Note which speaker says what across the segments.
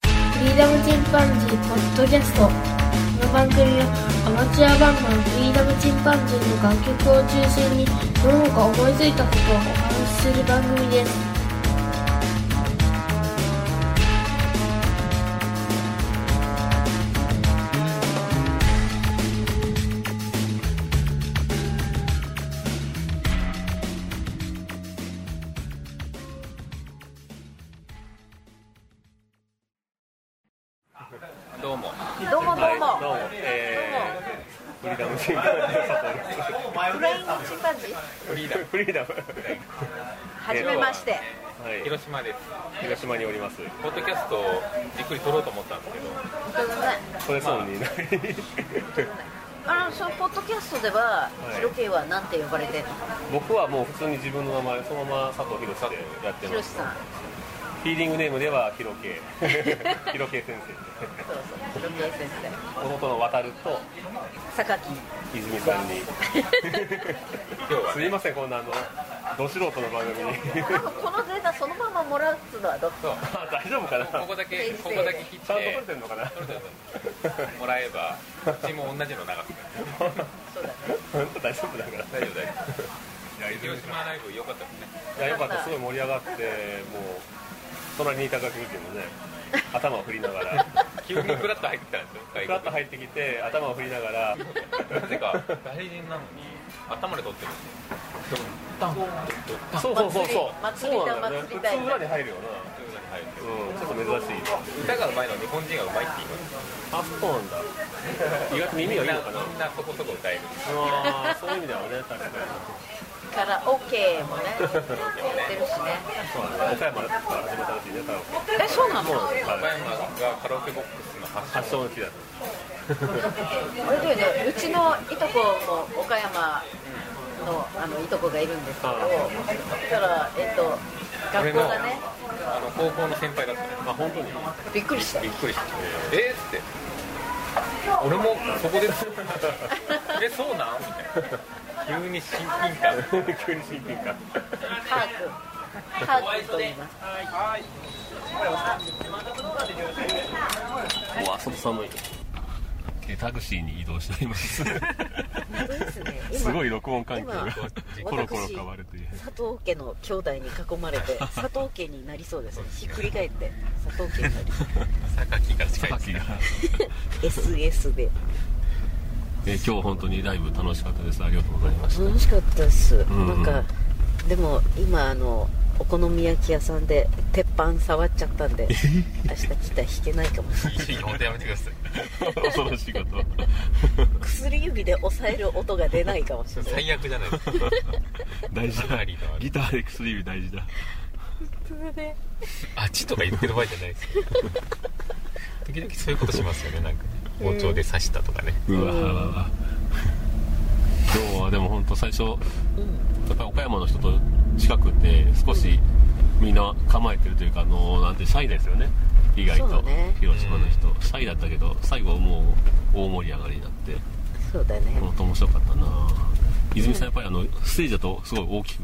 Speaker 1: フリーダムチンパンジーポッドキャスト」この番組はアマチュアバンドのフリーダムチンパンジーの楽曲を中心に世の中思いついたことをお話しする番組です
Speaker 2: どうも。
Speaker 3: どうもどうも、
Speaker 2: どうも。えー、フリーダムチンパンジーの
Speaker 3: フライン
Speaker 2: 佐藤
Speaker 3: グチンパンジー
Speaker 2: です。フリーダム。
Speaker 3: はじめまして
Speaker 2: はい。
Speaker 4: 広島です
Speaker 2: 広島におります。
Speaker 4: ポッドキャストをじっくり撮ろうと思ったんですけど
Speaker 3: 本当だね
Speaker 2: それそうにない。
Speaker 3: あのそのポッドキャストでは、
Speaker 2: い
Speaker 3: ヒロケイはなんて呼ばれてんの
Speaker 2: 僕はもう普通に自分の名前そのまま佐藤博士でやって
Speaker 3: ヒロ
Speaker 2: ま
Speaker 3: シ
Speaker 2: す。
Speaker 3: さん
Speaker 2: フィーリングネームではヒロケイ。ヒロケイ先
Speaker 3: そうそうヒロケイ先生
Speaker 2: 生。弟の渡ると
Speaker 3: 榊
Speaker 2: 泉さんに。
Speaker 4: 今日は
Speaker 2: すいませんこんなあのど素人の番組
Speaker 3: な
Speaker 2: に。
Speaker 3: んかこのデータそのままもらうっつうのはどう
Speaker 4: そう
Speaker 2: あ大丈夫かな。ちゃ
Speaker 4: こ
Speaker 2: ん
Speaker 4: こ
Speaker 2: と
Speaker 4: だけここだけ切って
Speaker 2: 撮れてんのかな。
Speaker 4: 撮れてるもらえばうちも同じの流すから
Speaker 3: そうだね
Speaker 2: 本当大丈夫だから。
Speaker 4: 大丈夫大丈夫広島ライブ良かったですね
Speaker 2: いやよかったすごい盛り上がってもう隣にいた学部生も ね頭を振りながら
Speaker 4: 急にフラッと入ってきたんですよ
Speaker 2: ふらっと
Speaker 4: 外
Speaker 2: 入ってきて頭を振りながら
Speaker 4: 国なぜか大人なのに頭で撮ってるんですよドンドンドンドン
Speaker 2: そうそうそうそう
Speaker 3: 祭り
Speaker 2: そうなんだよ
Speaker 3: 祭
Speaker 2: ね普
Speaker 3: りだ
Speaker 2: 通
Speaker 3: よね
Speaker 2: 裏に入るよ
Speaker 4: というのに入るんですよ
Speaker 2: なうんちょっと珍しい
Speaker 4: 歌がうまいのは日本人がうまいって言います
Speaker 2: あそうなんだ意外と耳がいいのかな
Speaker 4: みんなそこそこ歌える
Speaker 2: あーそういう意味ではね確かに
Speaker 3: カラオケもねやってるしね
Speaker 2: そうなんだ岡山から始まったらしいね太郎
Speaker 3: えそうなのあ
Speaker 2: 君
Speaker 4: 岡
Speaker 2: はい
Speaker 4: 山がカラオケボックスの発祥
Speaker 2: 発祥の地だった
Speaker 3: れだよねうちのいとこも岡山のあのいとこがいるんですけど
Speaker 2: あ
Speaker 3: だからえっと学校がね
Speaker 4: あの高校の先輩だったね
Speaker 2: あ本当に
Speaker 3: びっくりした
Speaker 4: びっくりしたえっ、って俺もそこで えそうなんみたいな急に親近感
Speaker 2: 急に親近感
Speaker 3: カークカークと言います
Speaker 2: うわ外寒いタクシーに移動しています
Speaker 3: ですね今
Speaker 2: すごい録音環境が
Speaker 3: 今
Speaker 2: コロコロ変わるという
Speaker 3: 佐藤家の兄弟に囲まれ て佐藤家になりそうですひっくり返って佐藤家にな りそう
Speaker 4: 榊が近いです
Speaker 2: 秋が、
Speaker 3: SS で
Speaker 2: え今日本当にライブ楽しかったですありがとうございました
Speaker 3: 楽しかったです、
Speaker 2: んうん
Speaker 3: なんかでも今あのお好み焼き屋さんで鉄板触っちゃった んで明日来たら弾けないかもしれない
Speaker 4: いい本当やめてください
Speaker 2: 恐ろしいこと
Speaker 3: 薬指で押さえる音が出ないかもしれない
Speaker 4: 最悪じゃないですか
Speaker 2: 大事
Speaker 4: かな
Speaker 2: だ
Speaker 4: りのある
Speaker 2: ギターで薬指大事だ
Speaker 4: あっちとか言ってる場合じゃないです よ時々そういうことしますよねなんか包丁で刺したとかね、
Speaker 2: うわわわ今日はでも本当最初やっぱり岡山の人と近くて少しみんな構えてるというかあのなんてシャイですよね意外
Speaker 3: そ
Speaker 2: と、
Speaker 3: うね
Speaker 2: 広島の人シャイだったけど最後はもう大盛り上がりになって
Speaker 3: そうだね
Speaker 2: 本当面白かったな泉さんやっぱりあのステージだとすごい大 きく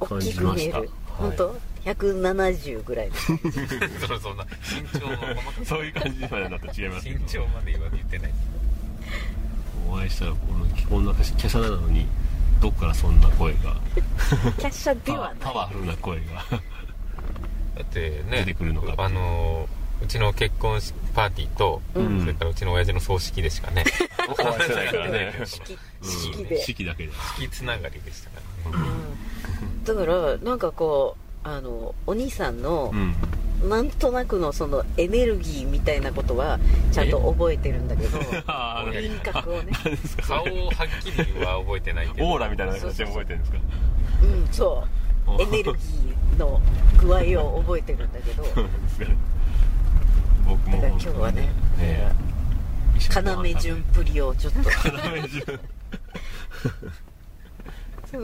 Speaker 3: 大
Speaker 2: 感
Speaker 3: き
Speaker 2: じ
Speaker 3: く
Speaker 2: ま
Speaker 3: 見え
Speaker 2: した
Speaker 3: る本当、170ぐらいの
Speaker 4: そろそろな身長も
Speaker 2: そういう感じにはなって違いますけ
Speaker 4: 身
Speaker 2: ど
Speaker 4: 長まで言わ言ってない
Speaker 2: お会いしたらこのこんな華奢なのにどっからそんな声が
Speaker 3: キャッシャで
Speaker 2: パ
Speaker 3: は
Speaker 2: ワ
Speaker 3: ない
Speaker 2: パワフルな声が
Speaker 4: だってね
Speaker 2: 出てくるのか
Speaker 4: あのうちの結婚式パーティーと、
Speaker 2: ん
Speaker 4: それからうちの親父の葬式でしかね
Speaker 2: お会いしてないから ね
Speaker 3: 式
Speaker 2: うん
Speaker 3: 式で
Speaker 2: 式だけで
Speaker 4: 式つながりでしたからね
Speaker 3: だからなんかこうあのお兄さんの
Speaker 2: う、ん
Speaker 3: なんとなくのそのエネルギーみたいなことはちゃんと覚えてるんだけど
Speaker 2: あー
Speaker 3: 輪郭をね
Speaker 2: あ、何ですか
Speaker 4: 顔をはっきりは覚えてないけど
Speaker 2: オーラみたいな形で覚えてるんですか
Speaker 3: うんそうエネルギーの具合を覚えてるんだけどだか
Speaker 2: そうなんですかね僕も
Speaker 3: ら今日はね
Speaker 2: ね
Speaker 3: 要潤プリをちょっと
Speaker 2: 要潤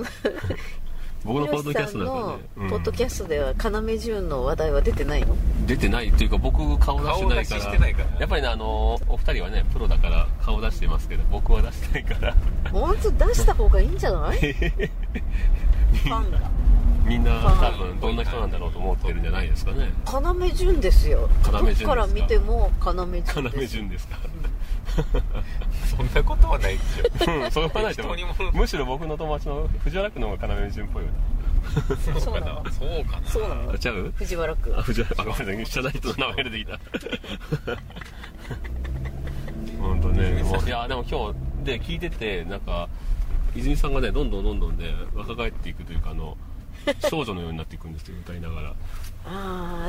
Speaker 2: 僕のポッドキャストなんかね、
Speaker 3: ポッドキャ
Speaker 2: ス
Speaker 3: ストでは要潤の話題は出てないの
Speaker 2: ト出てないっていうか僕顔出してないか
Speaker 4: 顔出
Speaker 2: ら
Speaker 4: ししてないから
Speaker 2: やっぱりねあのお二人はねプロだから顔出してますけど僕は出してないから
Speaker 3: 本当出した方がいいんじゃないファンが
Speaker 2: みんな多分どんな人なんだろうと思ってるんじゃないですかね
Speaker 3: 要潤ですよ
Speaker 2: 要潤
Speaker 3: ど
Speaker 2: で
Speaker 3: っ
Speaker 2: すか
Speaker 3: から見ても要潤です
Speaker 2: 要潤です か
Speaker 4: そんなことはないですよ
Speaker 2: うんそれはないと思う
Speaker 4: 適当にも
Speaker 2: むしろ僕の友達の藤原君の方が要潤っぽいよね
Speaker 3: そうなの
Speaker 4: そうかな
Speaker 3: そうなの
Speaker 2: あ違う
Speaker 3: 藤原君
Speaker 2: あ藤原あごめんなさい社内との名前出て きた本当ねもういやでも今日で聞いててなんか泉さんがねどんどんどんどんね若返っていくというかあ の少女のようになっていくんですよ歌いながら
Speaker 3: あ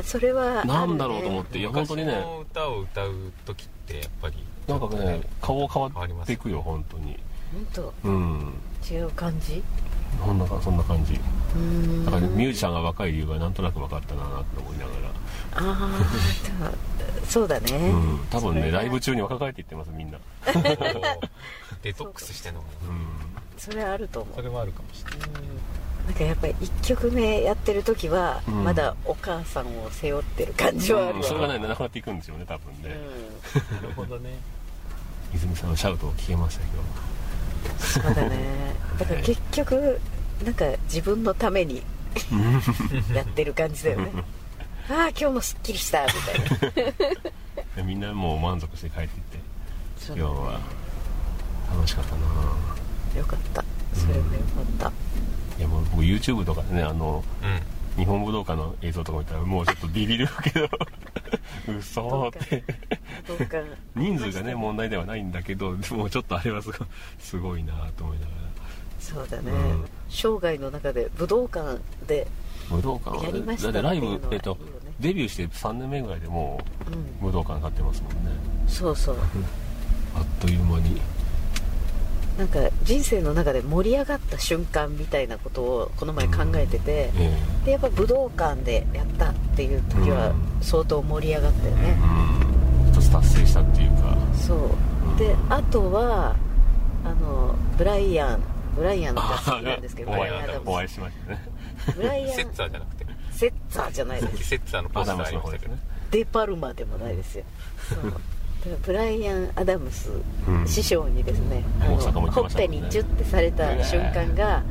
Speaker 3: あそれはあるね
Speaker 2: なんだろうと思っていや本当にね
Speaker 4: 昔の歌を歌う時ってやっ ぱり
Speaker 2: なんかね顔変
Speaker 4: 変わり
Speaker 2: わ
Speaker 4: ま
Speaker 2: っ
Speaker 4: す
Speaker 2: ていくよ本当に
Speaker 3: 本当
Speaker 2: うん
Speaker 3: 違う感じ
Speaker 2: そんなかそんな感じ
Speaker 3: うーん
Speaker 2: だからねミュージシャンが若い理由がなんとなく分かったなと思いながら
Speaker 3: ああそうだね、
Speaker 2: うん多分
Speaker 3: そ
Speaker 2: ね
Speaker 3: れは
Speaker 2: ライブ中に若返っていってますみんな
Speaker 4: デトックスしてんのか
Speaker 2: う
Speaker 4: なん
Speaker 3: それはあると思
Speaker 4: そうれはあるかもしれない
Speaker 3: なんかやっぱり1曲目やってる時は
Speaker 2: うん
Speaker 3: まだお母さんを背負ってる感じはある
Speaker 2: うん
Speaker 3: わ
Speaker 2: それがねなくなっていくんですよね多分ね、
Speaker 3: うん
Speaker 4: なるほどね
Speaker 2: 泉さんのシャウトを聞けましたけど
Speaker 3: そうだねだから結局なんか自分のためにやってる感じだよねああ今日もすっきりしたみたいな
Speaker 2: でみんなもう満足して帰っていって
Speaker 3: そ
Speaker 2: 今
Speaker 3: う
Speaker 2: 日
Speaker 3: だね
Speaker 2: は楽しかったな
Speaker 3: よかったそれもよかっ
Speaker 2: いやもう僕 YouTube とかでねあの
Speaker 4: う
Speaker 2: 日本武道館の映像とか見たらもうちょっとビビるけ ど嘘って
Speaker 3: たどうか
Speaker 2: 人数がね問題ではないんだけどでもちょっとあれはすごいすごいなと思いなが
Speaker 3: そうだね、
Speaker 2: うん
Speaker 3: 生涯の中で武道館で、
Speaker 2: ら武道館は
Speaker 3: やりました
Speaker 2: だってライ
Speaker 3: ってい
Speaker 2: ブ
Speaker 3: うのは
Speaker 2: えっと
Speaker 3: いいよね
Speaker 2: デビューして3年目ぐらいでも
Speaker 3: う
Speaker 2: う武道館買ってますもんね
Speaker 3: ん、そうそう
Speaker 2: あっという間に
Speaker 3: なんか人生の中で盛り上がった瞬間みたいなことをこの前考えてて、
Speaker 2: え
Speaker 3: でやっぱ武道館でやったっていう時は
Speaker 2: う
Speaker 3: 相当盛り上がったよ
Speaker 2: え
Speaker 3: ね、
Speaker 2: うん一つ達成したっていうか
Speaker 3: そうであとはあのブライアンブライアンの歌好きなんですけど
Speaker 2: お
Speaker 3: ブラ
Speaker 2: 会
Speaker 3: イ
Speaker 2: い
Speaker 3: アン・アダ
Speaker 2: お会
Speaker 3: ム
Speaker 2: いしましたね
Speaker 3: スブライ
Speaker 4: ん
Speaker 3: アン
Speaker 4: セッツァーじゃなくて
Speaker 3: セッツァーじゃな いです
Speaker 4: セッツァーのポ
Speaker 2: ア
Speaker 4: スタ
Speaker 2: ダ
Speaker 4: ー
Speaker 2: ム
Speaker 4: あ
Speaker 2: ス
Speaker 4: り
Speaker 2: の
Speaker 4: ました
Speaker 2: 方で
Speaker 4: け
Speaker 2: す
Speaker 4: ど
Speaker 2: ね
Speaker 3: デパルマでもないですよそうだからブライアン・アダムス
Speaker 2: うん
Speaker 3: 師匠にですね、あ
Speaker 2: 大阪
Speaker 3: の
Speaker 2: も行って
Speaker 3: ほ
Speaker 2: ま
Speaker 3: っ
Speaker 2: したも
Speaker 3: ぺ
Speaker 2: んね
Speaker 3: にジュッてされた瞬間が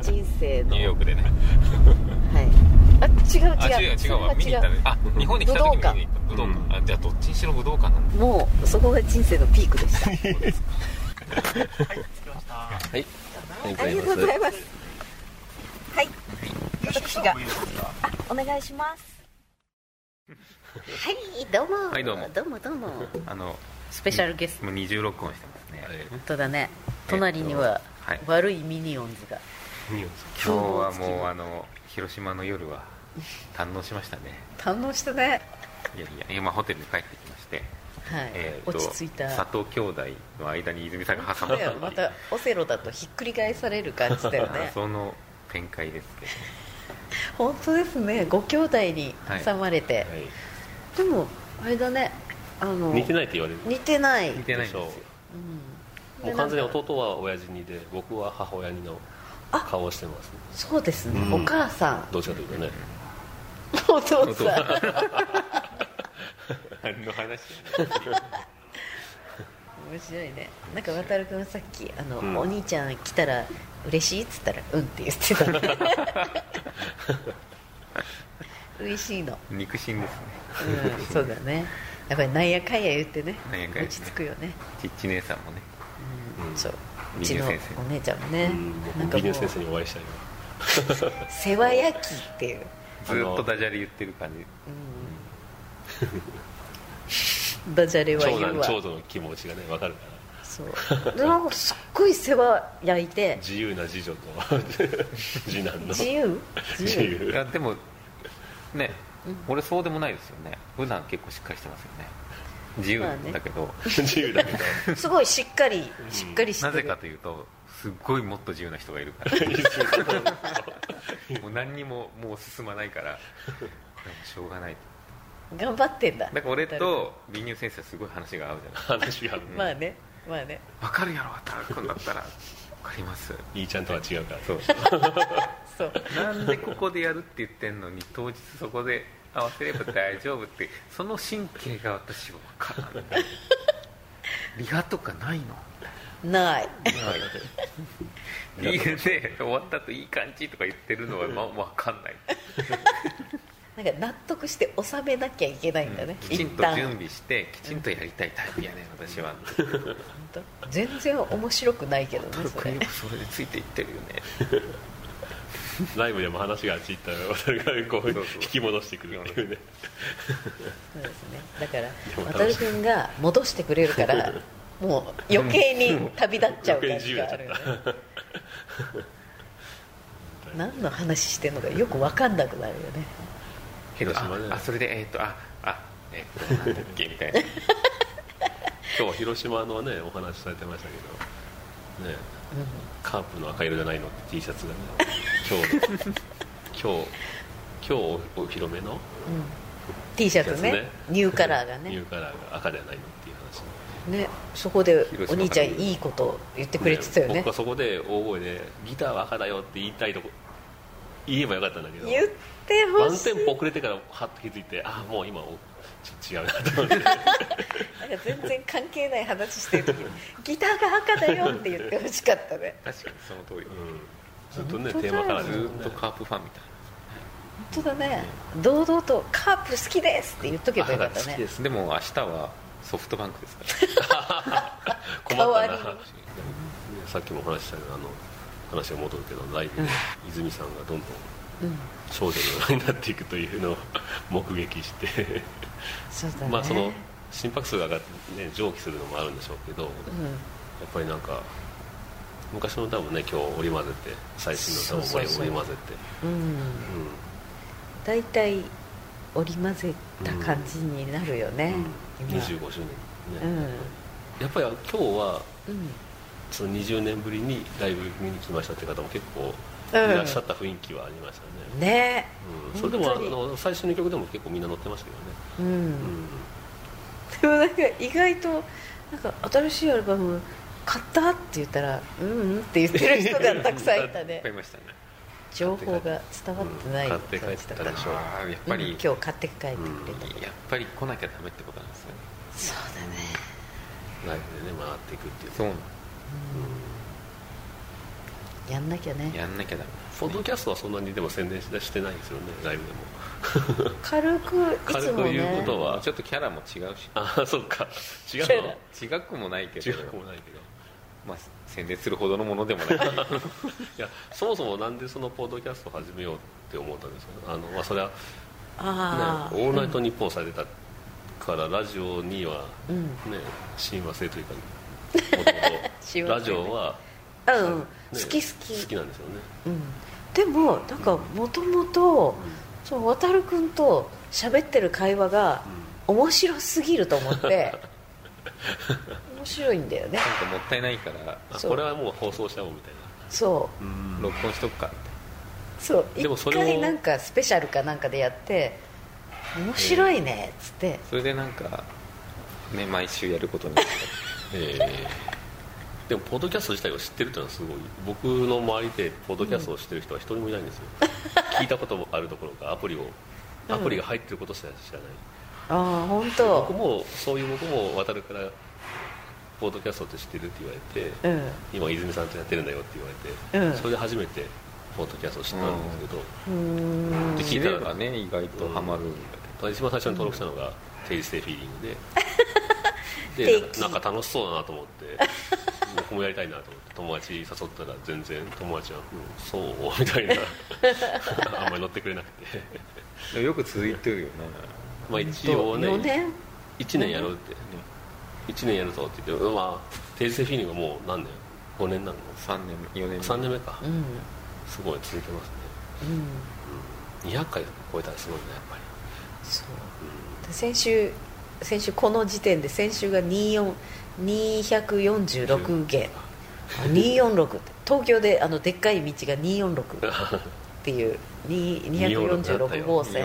Speaker 3: 人生の
Speaker 4: ニューヨークでね
Speaker 3: はい、あ違う違う
Speaker 4: あ違う違うわ見に行ったねあ日本に来た時に見に行った武
Speaker 2: 道
Speaker 4: 道
Speaker 2: 館
Speaker 4: 館あじゃあどっちにしろ武道館なんだ
Speaker 3: それは違うもうそこが人生のピークでした
Speaker 2: はい
Speaker 3: ありがとうございますはい私があお願いしますはいどうも、
Speaker 4: はいどうも
Speaker 3: どうもどうも
Speaker 4: あの
Speaker 3: スペシャルゲスト
Speaker 4: もう二重録音してますね
Speaker 3: 本当だね隣には
Speaker 4: はい
Speaker 3: 悪いミニオンズが
Speaker 4: 今日はもうあの広島の夜は堪能しましたね
Speaker 3: 堪能したね
Speaker 4: いやいや今ホテルに帰ってきまして、
Speaker 3: はい、
Speaker 4: えーと
Speaker 3: 落ち着いた
Speaker 4: 佐藤兄弟の間に泉さんが挟
Speaker 3: そ
Speaker 4: まっ
Speaker 3: れ
Speaker 4: た
Speaker 3: はまたオセロだとひっくり返される感じだよ ね
Speaker 4: その展開ですけど
Speaker 3: 本当ですねご兄弟に挟まれて、でもあれだねあの
Speaker 2: 似てないって言われる
Speaker 3: 似てない
Speaker 4: 似てないんですよ
Speaker 3: うん
Speaker 2: もう完全
Speaker 3: で
Speaker 2: に
Speaker 3: なんか
Speaker 2: 弟は親父にで僕は母親にの顔をしてます
Speaker 3: そうですね、
Speaker 2: うん
Speaker 3: お母さん
Speaker 2: どっちかというとね
Speaker 3: お父さん
Speaker 4: 何の話
Speaker 3: 面白いねなんか渡る君さっきあの、
Speaker 2: うん
Speaker 3: お兄ちゃん来たら嬉しい?」っつったら「うん」って言ってたね 嬉しいの
Speaker 4: 肉親ですね
Speaker 3: うんそうだねやっぱりなんやかんや言ってね
Speaker 4: なんやかんやね
Speaker 3: 落ち着くよね、
Speaker 4: ちっち姉さんもね
Speaker 3: うん
Speaker 2: うん
Speaker 3: そうう
Speaker 4: 美
Speaker 3: ち
Speaker 4: 術
Speaker 3: の
Speaker 4: 先生
Speaker 3: お姉ちゃんもね
Speaker 2: うん
Speaker 3: なん
Speaker 2: 僕
Speaker 3: か
Speaker 2: ビデ
Speaker 3: も
Speaker 2: オ
Speaker 3: う
Speaker 2: 先生にお会いしたいな
Speaker 3: 世話焼きっていう、
Speaker 4: ずっとダジャレ言ってる感じ
Speaker 3: うん、ダジャレは
Speaker 2: 長
Speaker 3: 言う
Speaker 2: 男
Speaker 3: わ
Speaker 2: 長女の気持ちがね分かるか
Speaker 3: そうでなんかすっごい世話焼い
Speaker 2: ら
Speaker 3: て
Speaker 2: 自由な次女と 次男の
Speaker 3: 自由
Speaker 2: 自
Speaker 4: い
Speaker 2: 由
Speaker 4: やでもね、俺そうでもないですよね普段結構しっかりしてますよね自由だけど、
Speaker 2: 自由 だけ
Speaker 3: すごいしっかりしっかりして
Speaker 4: な
Speaker 3: る
Speaker 4: ぜかというとすっごいもっと自由な人がいるから もう何にももう進まない からしょうがない
Speaker 3: 頑張ってんだ
Speaker 4: だから俺と美乳先生はすごい話が合うじゃない
Speaker 2: ど話が
Speaker 3: まあねまあね
Speaker 4: 分かるやろ渡る君だったら分かります
Speaker 2: いいちゃんとは違うから
Speaker 4: そう
Speaker 3: そう
Speaker 4: なんでここでやるって言ってんのに当日そこで合わせれば大丈夫ってその神経が私は分からないリハとかないの
Speaker 3: ない
Speaker 4: 理由で終わった後いい感じとか言ってるのはまあ分かんない
Speaker 3: なんか納得して収めなきゃいけないんだね、
Speaker 4: きちん
Speaker 3: 一
Speaker 4: と
Speaker 3: 旦
Speaker 4: 準備してきちんとやりたいタイプやね私は
Speaker 3: 本当全然面白くないけどねそ
Speaker 4: 僕
Speaker 3: れ
Speaker 4: よくそれでついていってるよね
Speaker 2: ライブでも話があっち行ったら渡るがこう
Speaker 4: そうそう
Speaker 2: 引き戻してくるっていうね
Speaker 3: そうですねだから
Speaker 2: も
Speaker 3: 渡る君が戻してくれるからもう余計に旅立っちゃう感
Speaker 2: 余計に自
Speaker 3: じ
Speaker 2: 由に
Speaker 3: が
Speaker 2: なっ
Speaker 3: あ
Speaker 2: ち
Speaker 3: るよね
Speaker 2: ゃった
Speaker 3: 何の話してんのかよく分かんなくなるよね
Speaker 2: 広島ね
Speaker 4: ああそれでえっ、とああえっ、となんだっけみた いな
Speaker 2: 今日広島のねお話しされてましたけどねカープの赤色じゃないのって T シャツがね 今日の今日今日お披露目の
Speaker 3: T シャツね
Speaker 2: シャツね
Speaker 3: ニューカラーが
Speaker 2: ニュ
Speaker 3: ね
Speaker 2: ーカラーが赤じゃないのっていう話
Speaker 3: ねそこで
Speaker 4: 広島
Speaker 3: お兄ちゃんいいこと言ってくれてたよね
Speaker 2: 僕はそこで大声でギターは赤だよって言いたいとこ言えばよかったんだけど
Speaker 3: 言って
Speaker 2: ワン
Speaker 3: ほし
Speaker 2: テ
Speaker 3: い
Speaker 2: ンポ遅れてからはっと気づいてああもう今おちょっと違うなと思って
Speaker 3: なんか全然関係ない話してる時に ギターが赤だよって言ってほしかったね
Speaker 4: 確かにその通り、
Speaker 2: ずっとね
Speaker 3: 本当だ
Speaker 2: テ
Speaker 3: よ
Speaker 2: ーマカラー
Speaker 4: ず
Speaker 2: ですよ
Speaker 4: ーっ
Speaker 2: ね
Speaker 4: とカープファンみたい
Speaker 3: 本当だね堂々と「カープ好きです」って言っとけばよかった
Speaker 2: あ好き
Speaker 3: ね
Speaker 2: です
Speaker 4: なでも明日はソフトバンクですから
Speaker 2: 困ったな
Speaker 3: 代わり
Speaker 2: さっきもお話ししたようなあの話が戻るけどライブで泉さんがどんどん
Speaker 3: うん
Speaker 2: 少女のようになっていくというのを目撃して
Speaker 3: そうだね
Speaker 2: まあその心拍数が上がって、ね、上気するのもあるんでしょうけどやっ
Speaker 3: うん
Speaker 2: ぱりなんか昔の歌もね今日織り交ぜて最新の歌も織り
Speaker 3: そうそうそう
Speaker 2: 織り交ぜて
Speaker 3: うん
Speaker 2: うん
Speaker 3: 大体織り交ぜた感じになるよね、
Speaker 2: うん
Speaker 3: 今
Speaker 2: 25周年
Speaker 3: う
Speaker 2: ね、
Speaker 3: ん
Speaker 2: やっぱり今日は
Speaker 3: うん
Speaker 2: その20年ぶりにライブ見に来ましたって方も結構い
Speaker 3: うん
Speaker 2: らっしゃった雰囲気はありましたね、
Speaker 3: ね
Speaker 2: うんそれでもあ
Speaker 3: 本当に
Speaker 2: の最初の曲でも結構みんな乗ってましたけどね、
Speaker 3: うん、
Speaker 2: うん
Speaker 3: でもなんか意外となんか新しいアルバム買ったって言ったら「うんうん」って言ってる人がたくさんいた
Speaker 4: いっ
Speaker 3: ね
Speaker 4: ぱいいましたね
Speaker 3: 情報が伝わってない
Speaker 2: 買って帰った
Speaker 3: 感じだ
Speaker 2: でしょ
Speaker 4: ああやっぱり、
Speaker 3: うん今日買って帰ってくれたけど、
Speaker 4: やっぱり来なきゃダメってことなんですよね
Speaker 3: そうだね
Speaker 2: ライブでね回っていくっていう
Speaker 4: そうな
Speaker 3: やんなきゃ
Speaker 4: の
Speaker 3: ね
Speaker 4: やんなきゃダメ
Speaker 2: ポッドキャストはそんなにでも宣伝してしてないんですよねライブでも
Speaker 3: 軽くいつ
Speaker 2: 軽
Speaker 3: も
Speaker 2: く言う
Speaker 3: ね
Speaker 2: こそうは
Speaker 4: ちょっとキャラも違うし
Speaker 2: ああそうか違う
Speaker 3: そうだ
Speaker 4: 違くもないけど
Speaker 2: の違うくもないけど
Speaker 4: まあ、宣伝するほどのものでもない
Speaker 2: いやそもそもなんでそのポッドキャストを始めようって思ったんですかあの、まあ、それは、ね
Speaker 3: あ
Speaker 2: 「
Speaker 3: あ、
Speaker 2: オールナイトニッポン」されてたから、ラジオには
Speaker 3: うん
Speaker 2: ね親和性という か元々
Speaker 3: 親和性ね
Speaker 2: ラジオは、
Speaker 3: うん、
Speaker 2: ね
Speaker 3: 好き好き
Speaker 2: 好きなんですよね
Speaker 3: うん、でもなんかもともとその渡る君と喋ってる会話が面白すぎると思って 面白いんだよね
Speaker 4: なんかもったいないから
Speaker 2: あ
Speaker 3: そう
Speaker 2: これはもう放送したもんみたい
Speaker 3: そ
Speaker 2: な
Speaker 4: 録音しとくかって
Speaker 3: うそう
Speaker 2: でも
Speaker 3: 一
Speaker 2: それを
Speaker 3: 回なんかスペシャルかなんかでやって面白いねっつって
Speaker 4: それでなんか、ね、毎週やることに
Speaker 2: えーでもポッドキャスト自体を知ってるっていうのはすごい僕の周りでポッドキャストを知ってる人は一人もいない んですよ、聞いたこともあるところかアプリをアプリが入ってることしか知らない、
Speaker 3: ああ本
Speaker 2: 僕
Speaker 3: 当
Speaker 2: もそういう僕も渡るからポッドキャストって知ってるって言わ
Speaker 3: う
Speaker 2: れて、
Speaker 3: ん
Speaker 2: 今泉さんとやってるんだよって言われて、
Speaker 3: うん
Speaker 2: それで初めてポッドキャストを知ったんですけど、
Speaker 3: うーん
Speaker 2: で聞
Speaker 4: 聞い
Speaker 2: いた
Speaker 4: た
Speaker 2: ら
Speaker 4: らね意外とハマるんだ
Speaker 2: 一番最初に登録したのが「定時性フィーリング で」
Speaker 3: 定
Speaker 2: でなん
Speaker 3: 期
Speaker 2: かなんか楽しそうだなと思って僕もやりたいなと思って友達誘ったら全然友達は「うんそう」みたい なあんまり乗ってくれなくて
Speaker 4: けどよく続いてるよね
Speaker 2: まあ一応ね
Speaker 3: 4年
Speaker 2: 1年やろうって1年やるぞって言ってまあ定時性フィーリングはもう何年5年なの
Speaker 4: 3年4年
Speaker 2: 3年目か
Speaker 3: うん
Speaker 2: すごい続いてますね
Speaker 3: うん
Speaker 2: 200回超えたらすごいねやっぱり
Speaker 3: そうで先週先週この時点で先週が24 246元あ246って東京であのでっかい道が246っていうに246号線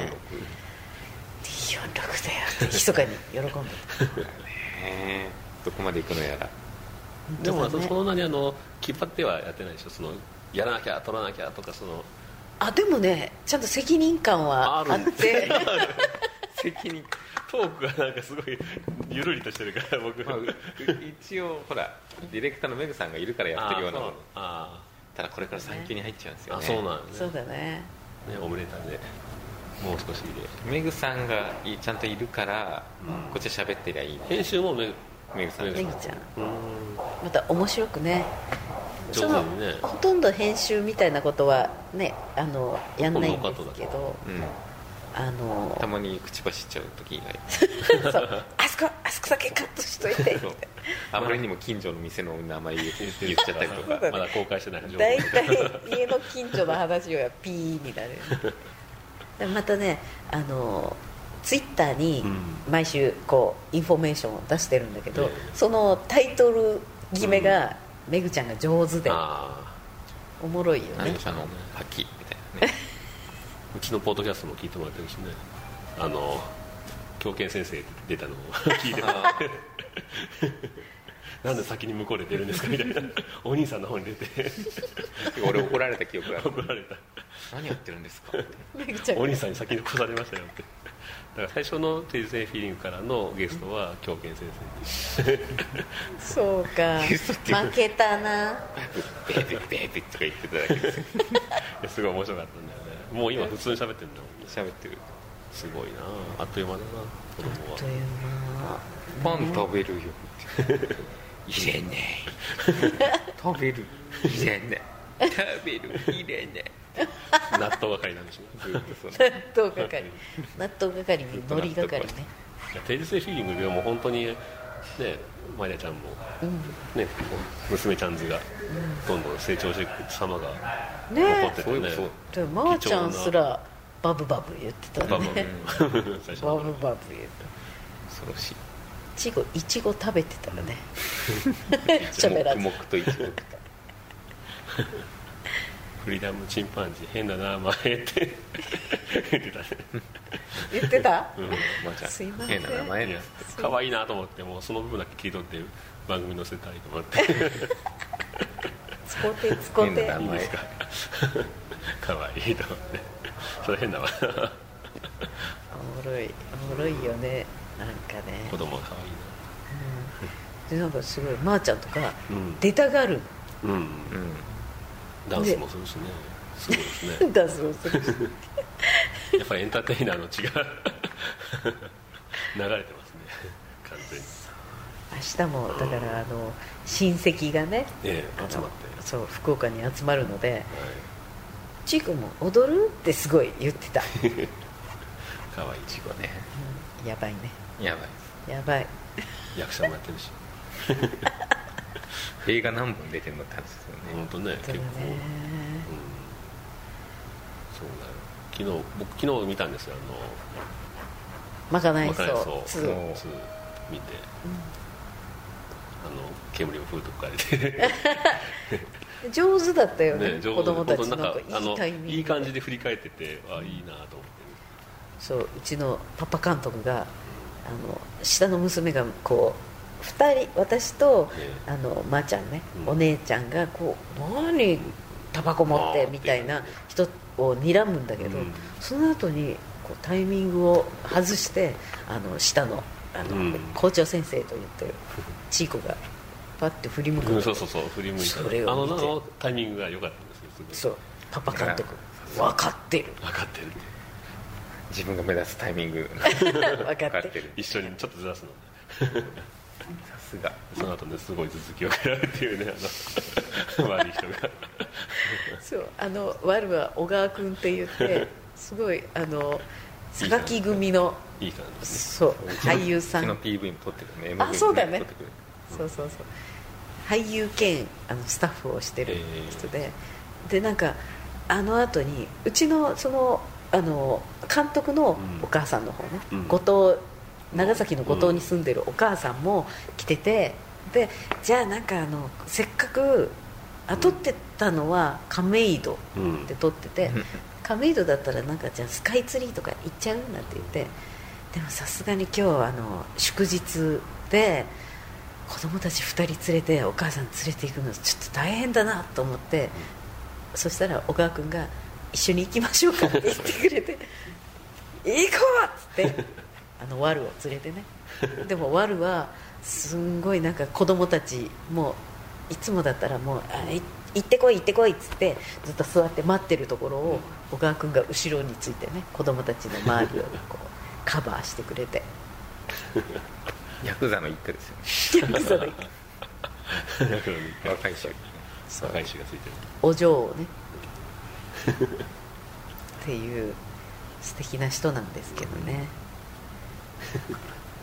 Speaker 3: 246
Speaker 2: 246
Speaker 3: だよって密かに喜んで
Speaker 4: ねどこまで行くのやら
Speaker 2: でも
Speaker 3: 本
Speaker 2: そ
Speaker 3: 当だね
Speaker 2: そんなにあの気張ってはやってないでしょそのやらなきゃ取らなきゃとかその
Speaker 3: あでもねちゃんと責任感はあ
Speaker 2: ある
Speaker 3: って
Speaker 4: 的に、
Speaker 2: トークがなんかすごいゆるりとしてるから僕、
Speaker 4: まあう、一応ほらディレクターのメグさんがいるからやってるようなもの
Speaker 2: あ
Speaker 4: ただこれから産休に入っちゃうんです
Speaker 2: ー
Speaker 4: よ
Speaker 2: あ
Speaker 4: ね
Speaker 2: そうなんです
Speaker 3: そうだね
Speaker 2: ねオムレーターでもう少しで
Speaker 4: メグさんがいちゃんといるから、こっちは喋ってりゃいい
Speaker 2: 編集もめう
Speaker 4: メグさんが
Speaker 2: メ
Speaker 3: ネ
Speaker 2: グ
Speaker 3: ギ
Speaker 2: さ
Speaker 3: ちゃん
Speaker 2: ーん
Speaker 3: また面白くね
Speaker 2: 上
Speaker 3: その
Speaker 2: 手にね
Speaker 3: ほとんど編集みたいなことはねあのやんないんですけど
Speaker 4: うん
Speaker 3: あの
Speaker 4: たまに口走っちゃう時以外
Speaker 3: そうあそこあそこだけカットしといて
Speaker 4: そうあまりにも近所の店の名前言っ言っちゃったりと
Speaker 3: そうだ
Speaker 4: か
Speaker 3: ね
Speaker 2: まだ公開してない情報
Speaker 3: 大体家の近所の話はピーにな るまたねあのツイッターに
Speaker 2: う
Speaker 3: 毎週こうインフォメーションを出してるんだけど、
Speaker 2: ええ
Speaker 3: そのタイトル決めが、めぐちゃんが上手で
Speaker 2: あ
Speaker 3: おもろいよ
Speaker 4: 何
Speaker 3: ね
Speaker 4: でしょうあのパキみたいなね
Speaker 2: ーうちのポッドキャストも聞いてもらってるしねあの狂犬先生出たのを聞いてた
Speaker 4: あ
Speaker 2: なんで先に向こうで出るんですかみたい なお兄さんの方に出て
Speaker 4: ー 俺怒られた記憶がある
Speaker 2: 怒られた
Speaker 4: 何やってるんですか
Speaker 3: めぐちゃん
Speaker 2: お
Speaker 3: が
Speaker 2: 兄さんに先に殺されましたよってだから最初の「定時制フィーリング」からのゲストは狂犬先
Speaker 3: そう か
Speaker 4: ゲストっていう
Speaker 3: 負けたな
Speaker 4: ベーベーベーベーとか言ってただけですよ
Speaker 2: 生すごい面白かったんだよねもう今普通に喋ってるんだもん
Speaker 4: 喋ってる
Speaker 2: すごいなあっという間だな子供は
Speaker 3: というま
Speaker 4: パン食べるよ入れない食べる入れない食べる入れない
Speaker 2: 納豆係なんでしょ
Speaker 4: ずっとその
Speaker 3: 納豆係納豆係 に海苔係ね
Speaker 2: いや定時制フィーリングでも本当にねマリアちゃんも、ね娘ちゃんズがどんどん成長していく様が残
Speaker 3: ねえ
Speaker 2: っててね、
Speaker 4: そう
Speaker 3: でもまーちゃんすらバブバブ言ってた
Speaker 2: バブ
Speaker 3: ね
Speaker 2: バブ 最初
Speaker 3: バ
Speaker 2: の
Speaker 3: ブバブ言ってた
Speaker 4: 恐ろしい
Speaker 3: いちごいちご食べてたらね喋らず
Speaker 4: 黙々と一目
Speaker 2: フリーダムチンパンジー変だな前って言ってたね
Speaker 3: 言ってた
Speaker 4: まあじゃあ
Speaker 3: すいません
Speaker 4: 変な名前
Speaker 2: い
Speaker 4: で
Speaker 2: や
Speaker 4: す
Speaker 2: 可愛いなと思ってもうその部分だけ聞いとって番組載せたいと思って
Speaker 3: つこてつこ
Speaker 4: 変な
Speaker 3: て
Speaker 4: 名
Speaker 2: いいで
Speaker 4: 前
Speaker 2: すか可愛いと思ってそれ変だわ
Speaker 3: おもろいおもろいよねなんかね
Speaker 2: 子供は可
Speaker 3: でなんかすごいまーちゃんとか
Speaker 2: うん
Speaker 3: 出たがる
Speaker 2: 愛いな
Speaker 4: う
Speaker 2: うん
Speaker 4: ん
Speaker 2: ダンスもするしねすごいですね
Speaker 3: んだそうするし
Speaker 2: やっぱりエンターテイナーの血が流れてますね完全に
Speaker 3: 明日もだからあの親戚がね
Speaker 2: え
Speaker 3: あの
Speaker 2: え集まっ
Speaker 3: そう福岡に集まるので
Speaker 2: て
Speaker 3: 「ちいくんも踊る?」ってすごい言って た、
Speaker 4: 可愛いちごね
Speaker 3: うんやばいね
Speaker 4: やばい
Speaker 3: やばい
Speaker 2: 役者もやってるし
Speaker 4: 映画何本出てんのって話ですよね
Speaker 2: 本当ね
Speaker 3: 本当
Speaker 2: 結
Speaker 3: だ
Speaker 2: 構
Speaker 3: ね
Speaker 2: うんそうだよ昨日僕昨日見たんですよあ
Speaker 3: まかな
Speaker 2: の
Speaker 3: い
Speaker 2: まかない
Speaker 3: そう
Speaker 2: そう
Speaker 3: つ
Speaker 2: ツ
Speaker 4: う
Speaker 2: ーツー見て、あの煙をふーっと吹 かれて
Speaker 3: 上手だったよね
Speaker 2: ね上手
Speaker 3: 子供たち
Speaker 2: 本当
Speaker 3: の
Speaker 2: なん
Speaker 3: な
Speaker 2: か
Speaker 3: んかい
Speaker 2: あ
Speaker 3: いタイミン
Speaker 2: の
Speaker 3: グ
Speaker 2: いい感じで振り返っててあいいなと思
Speaker 3: そううちのパパ監督があの下の娘がこう2人私と
Speaker 2: って、ね
Speaker 3: あのまー、ちゃんね、
Speaker 2: うん
Speaker 3: お姉ちゃんがこう何タバコ持っ
Speaker 2: あ
Speaker 3: て
Speaker 2: ー
Speaker 3: みたいな人を睨むんだけど、
Speaker 2: うん
Speaker 3: その後にこうタイミングを外してあの下のあの、
Speaker 2: うん
Speaker 3: 校長先生と言ってるちいこがパッて振り向く
Speaker 2: う
Speaker 3: の
Speaker 2: んそうそうそう振り向いた
Speaker 3: それを見て
Speaker 2: あのあのタイミングが良かったんですよすごい
Speaker 3: そうパパ監督
Speaker 4: だから
Speaker 3: 分かって る
Speaker 2: 分かってるって
Speaker 4: 自分が目立つタイミング
Speaker 3: 分かって
Speaker 4: 分かっ
Speaker 3: る
Speaker 4: てる
Speaker 2: 一緒にちょっとずらすので
Speaker 4: さすが
Speaker 2: その後ねすごい続きを食らうっていうねあの 悪い人が
Speaker 3: そうあの悪は小川君って言 ってすごいあの榊組の
Speaker 2: いい感じです
Speaker 3: そう俳優さん
Speaker 4: 昨日 PV も撮ってたね MV
Speaker 3: あそうだ
Speaker 4: も
Speaker 3: ね
Speaker 4: 撮ってくれて
Speaker 3: そうそうそう俳優兼あのスタッフをしてる人で、でなんかあの後にうちのそのあの監督の
Speaker 2: うん
Speaker 3: お母さんの方ね、
Speaker 2: うん
Speaker 3: 後藤長崎の五島に住んでるお母さんも来てて、でじゃあなんかあのせっかくあ撮ってたのは亀戸
Speaker 2: うん
Speaker 3: で撮ってて、
Speaker 4: うん
Speaker 3: 亀戸だったらなんかじゃあスカイツリーとか行っちゃうなんて言ってでもさすがに今日あの祝日で子供たち2人連れてお母さん連れて行くのちょっと大変だなと思って、そしたら小川君が「一緒に行きましょうか」って言ってくれて「行こう!」っつってあのワルを連れてねでもワルはすんごいなんか子供たちもういつもだったらもう「あい行ってこい行ってこい」っつってずっと座って待ってるところを小川君が後ろについてね子供たちの周りを こうカバーしてくれて
Speaker 4: ヤクザの一家ですよね
Speaker 3: ヤクザの
Speaker 4: 若い衆
Speaker 3: そう
Speaker 2: 若い衆がついてる
Speaker 3: お嬢をねっていう素敵な人なんですけど ねだからそ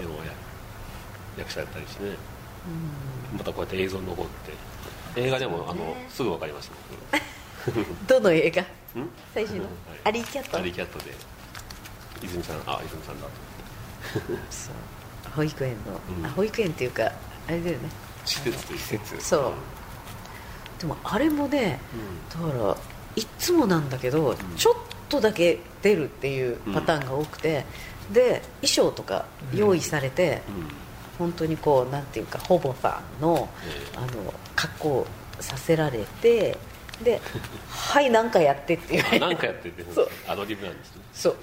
Speaker 3: う
Speaker 2: で
Speaker 3: うん
Speaker 2: もや役者やったりしてねまたこうやって映像に残って映画でもあのすぐ分かりましたね
Speaker 3: どの映画
Speaker 2: うん
Speaker 3: 最新の、
Speaker 2: はい
Speaker 3: アリーキャット
Speaker 2: アリーキャットで泉さんあ泉さんだと
Speaker 3: そう保育園の、
Speaker 2: うん
Speaker 3: あ保育園っていうかあれだよね
Speaker 2: 施設という施
Speaker 4: 施設
Speaker 3: そうでもあれもね
Speaker 2: う
Speaker 3: だからいつもなんだけど、ちょっとだけ出るっていうパターンが多くて、で衣装とか用意されて、
Speaker 2: んうん
Speaker 3: 本当にこうなんていうかほぼさんの
Speaker 2: え
Speaker 3: あの格好をさせられて で「はいなんかやって」って
Speaker 2: え
Speaker 3: い
Speaker 2: あ
Speaker 3: う
Speaker 2: なんかやってて
Speaker 3: そう
Speaker 2: アドリブなんですね
Speaker 3: そう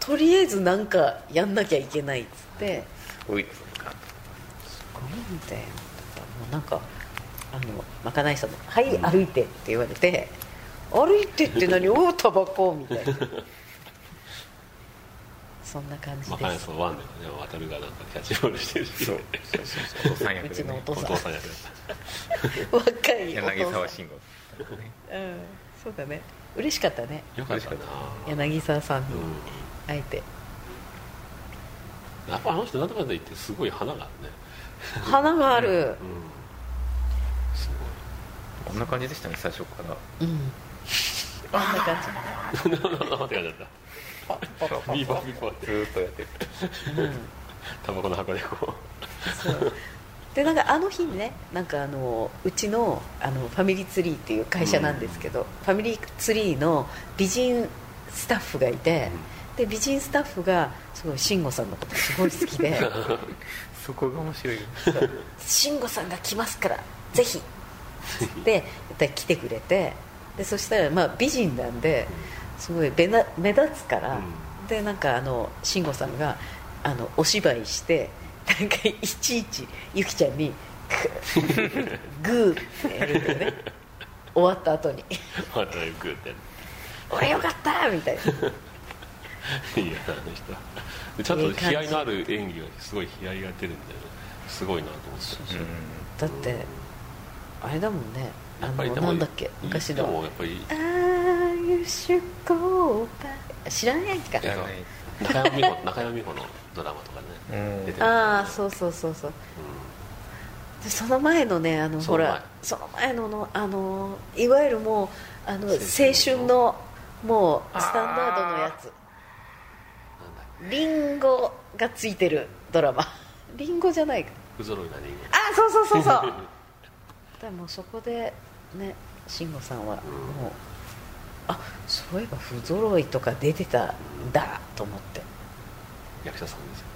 Speaker 3: とりあえずなんかやんなきゃいけないっつって
Speaker 4: 多いですね
Speaker 3: ごめんみたいなもうなんかあのまかないさんの「はい、歩いて」って言われて「歩いてって何おおタバコ」みたいなそんな感じ
Speaker 2: まか
Speaker 3: で
Speaker 2: ない
Speaker 3: す
Speaker 2: そのワンでもね渡るがなんかキャッチボールしてるし
Speaker 4: そうそうそうお父さん役
Speaker 3: う
Speaker 4: で
Speaker 3: ちのお
Speaker 4: ね
Speaker 3: 父
Speaker 2: お
Speaker 3: さん
Speaker 2: 父さん役だっ
Speaker 3: 若いお
Speaker 4: 柳
Speaker 3: 父さん
Speaker 4: 沢慎吾
Speaker 3: うんそうだね嬉しかったね
Speaker 2: たよかったな
Speaker 3: 柳沢さんに
Speaker 2: う
Speaker 3: 会えて、
Speaker 2: んやっぱあの人なんだかんだ言ってすごい花があるね
Speaker 3: 花がある
Speaker 2: うんす
Speaker 4: こんな感じでしたね最初から
Speaker 3: うん、こんな感じ
Speaker 2: ごいなんだなんだって感じだっ
Speaker 4: パパ
Speaker 2: たビーバービーバーって
Speaker 4: ずーっとやってる
Speaker 2: タバコの箱でこ
Speaker 3: そうでなんかあの日にねなんかあのうちのあのファミリーツリーっていう会社なんですけど、ファミリーツリーの美人スタッフがいて、で美人スタッフがすごい慎吾さんのことすごい好きで
Speaker 4: そこが面白いよ
Speaker 3: 慎吾さんが来ますからぜひで来てくれてでそしたらまあ美人なんですごい目な目立つから、
Speaker 2: うん
Speaker 3: でなんかあの慎吾さんがあのお芝居してなんかいちいちゆきちゃん にグーグーってやるんだよね終わった後に
Speaker 2: うまたねグーってや
Speaker 3: 「俺よかった!」みたいな
Speaker 2: るいやあの人でちゃんと気合いのある演技がすごい気合いが出るんだよねすごいなと思っ
Speaker 3: だ
Speaker 2: て
Speaker 3: ってあれだもんねあ
Speaker 2: やっぱり
Speaker 3: の
Speaker 2: でも
Speaker 3: なんだっけ昔
Speaker 2: でも
Speaker 3: の
Speaker 2: やっぱ
Speaker 3: 「
Speaker 2: り
Speaker 3: ああ優秀公開」知らないか
Speaker 4: やらない
Speaker 2: 中山美穂中山美穂のドラマとかね
Speaker 4: うん
Speaker 2: 出てる
Speaker 3: ああそうそうそうそうでその前のねあの
Speaker 2: その
Speaker 3: ほ
Speaker 2: 前
Speaker 3: らその前ののあのいわゆるもうあの青
Speaker 2: 青春
Speaker 3: 春のもうスタンダードのやつ
Speaker 2: なんだっ
Speaker 3: リンゴがついてるドラマ リンゴじゃないか
Speaker 2: け不揃いな人
Speaker 3: あそうそうそうそう
Speaker 2: 間
Speaker 3: でもそこでね慎吾さんはもうあそういえば不揃いとか出てたんだと思って
Speaker 2: 役者さんですよ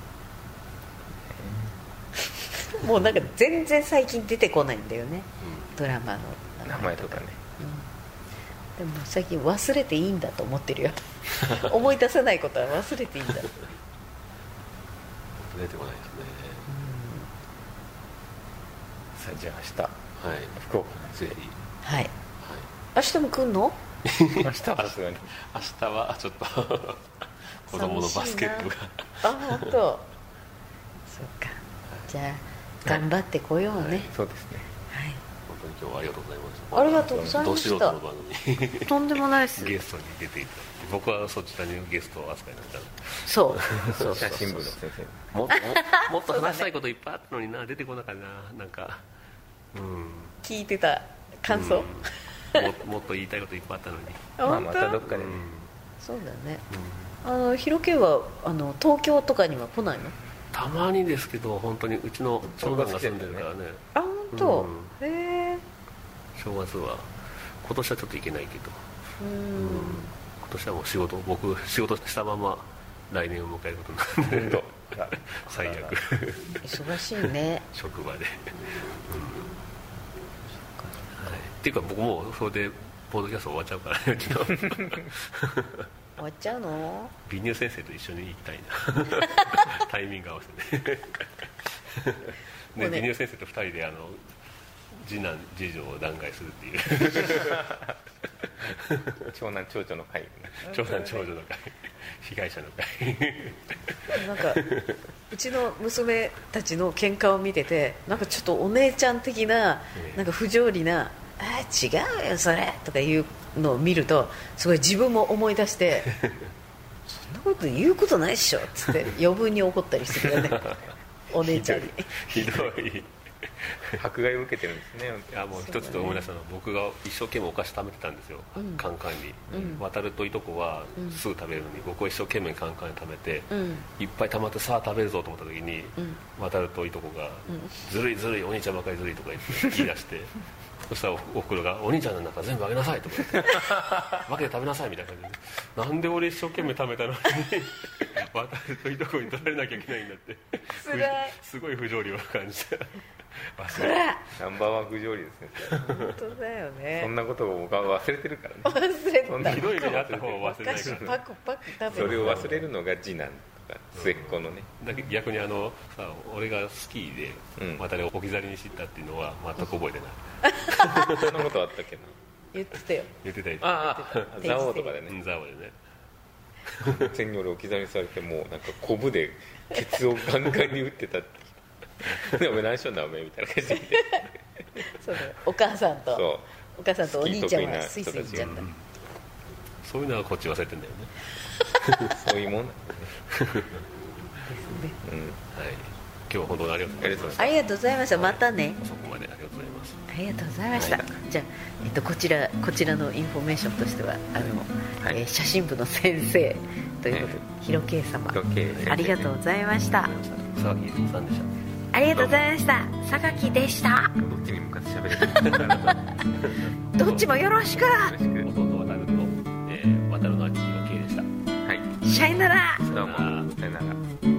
Speaker 3: もうなんか全然最近出てこないんだよねドラマの
Speaker 4: 名前とかね
Speaker 3: でも最近忘れていいんだと思っ てるよ思い出せないことは忘れていいんだ
Speaker 2: うん出てこないです
Speaker 4: さ
Speaker 2: ね
Speaker 4: あじゃあ
Speaker 2: はい
Speaker 4: 福岡
Speaker 2: ぜひ
Speaker 3: はい
Speaker 2: はい
Speaker 3: 明日も来んの
Speaker 4: 明日明日はさすがに
Speaker 2: 明日はちょっ と子供のバスケットが
Speaker 3: あ本当。そっかじゃあ頑張ってこようね、はい
Speaker 4: そうですね
Speaker 2: 本当に今日はありがとうございました
Speaker 3: ありがとうございまし
Speaker 2: ど素
Speaker 3: た
Speaker 2: 人の番組に
Speaker 3: とんでもないです
Speaker 2: ゲストに出ていただいて僕はそちらにゲスト扱いになったの
Speaker 3: そうそうそ
Speaker 4: 写
Speaker 3: う
Speaker 4: 真部の先生
Speaker 2: もっと もっと話したいこといっぱいあったのにな出てこなかったななんかうん
Speaker 3: 聞いてた感想、
Speaker 2: うんももっ と言いたいこといっぱいあったのに
Speaker 4: まあ
Speaker 3: 本
Speaker 4: ま
Speaker 3: 当、
Speaker 4: たどっかでね
Speaker 2: うん
Speaker 3: そうだねあのヒロケはあの東京とかには来ないの
Speaker 2: たまにですけど本当にうちの長男が住んでるからね
Speaker 3: あ本当。へえ
Speaker 2: 正月は今年はちょっと行けないけど
Speaker 3: うん
Speaker 2: うん今年はもう仕事僕仕事したまま来年を迎えることになるんで 最 悪
Speaker 3: 忙しいね
Speaker 2: 職場で、 はい、っていうか僕もうそれでポードキャスト終わっちゃうからねうちの
Speaker 3: あ終わっちゃうの
Speaker 2: 美乳先生と一緒に行きたい なタイミング合わせてね
Speaker 3: もうね
Speaker 2: ね美乳先生と二人であの次男次女を弾劾するっていう
Speaker 4: 長男長女の会
Speaker 2: 長男長女の会被害者の会
Speaker 3: なんかうちの娘たちの喧嘩を見ててなんかちょっとお姉ちゃん的な
Speaker 2: ええ
Speaker 3: なんか不条理な「あー違うよそれ」とかいうのを見るとすごい自分も思い出して「そんなこと言うことないっしょ」っつって余分に怒ったりしてるよねお姉ちゃんに
Speaker 2: ひどい
Speaker 4: 迫害を受けてるんですね本
Speaker 2: いやもう一つと思い出したのは僕が一生懸命お菓子食べてたんですよ、
Speaker 3: うん
Speaker 2: カンカンに、
Speaker 3: うん
Speaker 2: 渡るといとこはすぐ食べるのに、僕は一生懸命カンカンに食べて、
Speaker 3: うん
Speaker 2: いっぱい溜まってさあ食べるぞと思った時に、
Speaker 3: うん
Speaker 2: 渡るといとこが、
Speaker 3: ん
Speaker 2: ずるいずるいお兄ちゃんばかりずるい」とか言って言い出して そしたらおおふくろが「お兄ちゃんの中全部あげなさい」とか 言って「分けて食べなさい」みたいな感じでなんで俺一生懸命食べたのに 渡るといとこに取られなきゃいけないんだって
Speaker 3: つらい
Speaker 2: すごい不条理を感じたあそ
Speaker 3: ほ
Speaker 2: う
Speaker 3: ら
Speaker 4: 当ナンバーワン不条理ですね
Speaker 3: 本当だよ
Speaker 4: そん
Speaker 3: ね
Speaker 4: なことを僕は忘れてるからね
Speaker 3: 忘れ
Speaker 4: そん
Speaker 3: て
Speaker 4: な
Speaker 3: た
Speaker 2: ひどい目にあった方
Speaker 3: お
Speaker 2: は忘れな
Speaker 3: 菓
Speaker 2: い
Speaker 3: 子
Speaker 2: から
Speaker 3: パクパク食べて
Speaker 4: それを忘れるのが次男とか末っ子のね
Speaker 2: だけど逆にあのさ俺がスキーで
Speaker 4: うん
Speaker 2: またね置き去りにしてたっていうのは全く覚えてない
Speaker 4: そんなことあったっけな
Speaker 3: 言ってたよ
Speaker 2: 言ってたり
Speaker 4: ああ
Speaker 3: 定期的に
Speaker 4: 蔵王とかでね
Speaker 2: うんざわでね
Speaker 4: 完全に俺置き去りにされてもうなんかコブでケツをガンガンに打ってた ってでお前何しよんだお前みたいな感じで
Speaker 3: そうだよお母さんと
Speaker 4: そ
Speaker 3: お母さんとお兄ちゃんはス
Speaker 4: ス
Speaker 3: イ
Speaker 4: キー
Speaker 3: スイ
Speaker 4: 得意
Speaker 3: 行
Speaker 4: な人
Speaker 3: っ
Speaker 4: たち
Speaker 3: ちゃった
Speaker 2: そういうのはこっち忘れてんだよね
Speaker 4: うそういうもんなんだねうん
Speaker 2: はい今日は本当にありがとうございまし
Speaker 3: ありがとうございました。またね。
Speaker 2: たそこまでありがとうございます
Speaker 3: ありがとうございました。じゃあ、えっと、こちら、こちらのインフォメーションとしては、あの、
Speaker 4: はい
Speaker 3: えー写真部の先生。ということで
Speaker 4: は、
Speaker 3: ひろけい様。
Speaker 4: ひろけい先生
Speaker 3: ありがとうございました。
Speaker 2: 沢木さんでした
Speaker 3: ありがとうございました。榊でした。
Speaker 4: どっちに向かって喋れてるのかな
Speaker 3: どっちもよろしく。
Speaker 4: 嬉し
Speaker 2: 弟渡ると、えー、渡るの兄貴の K でした
Speaker 4: くはい
Speaker 3: シャイなら。
Speaker 4: どうもさよなら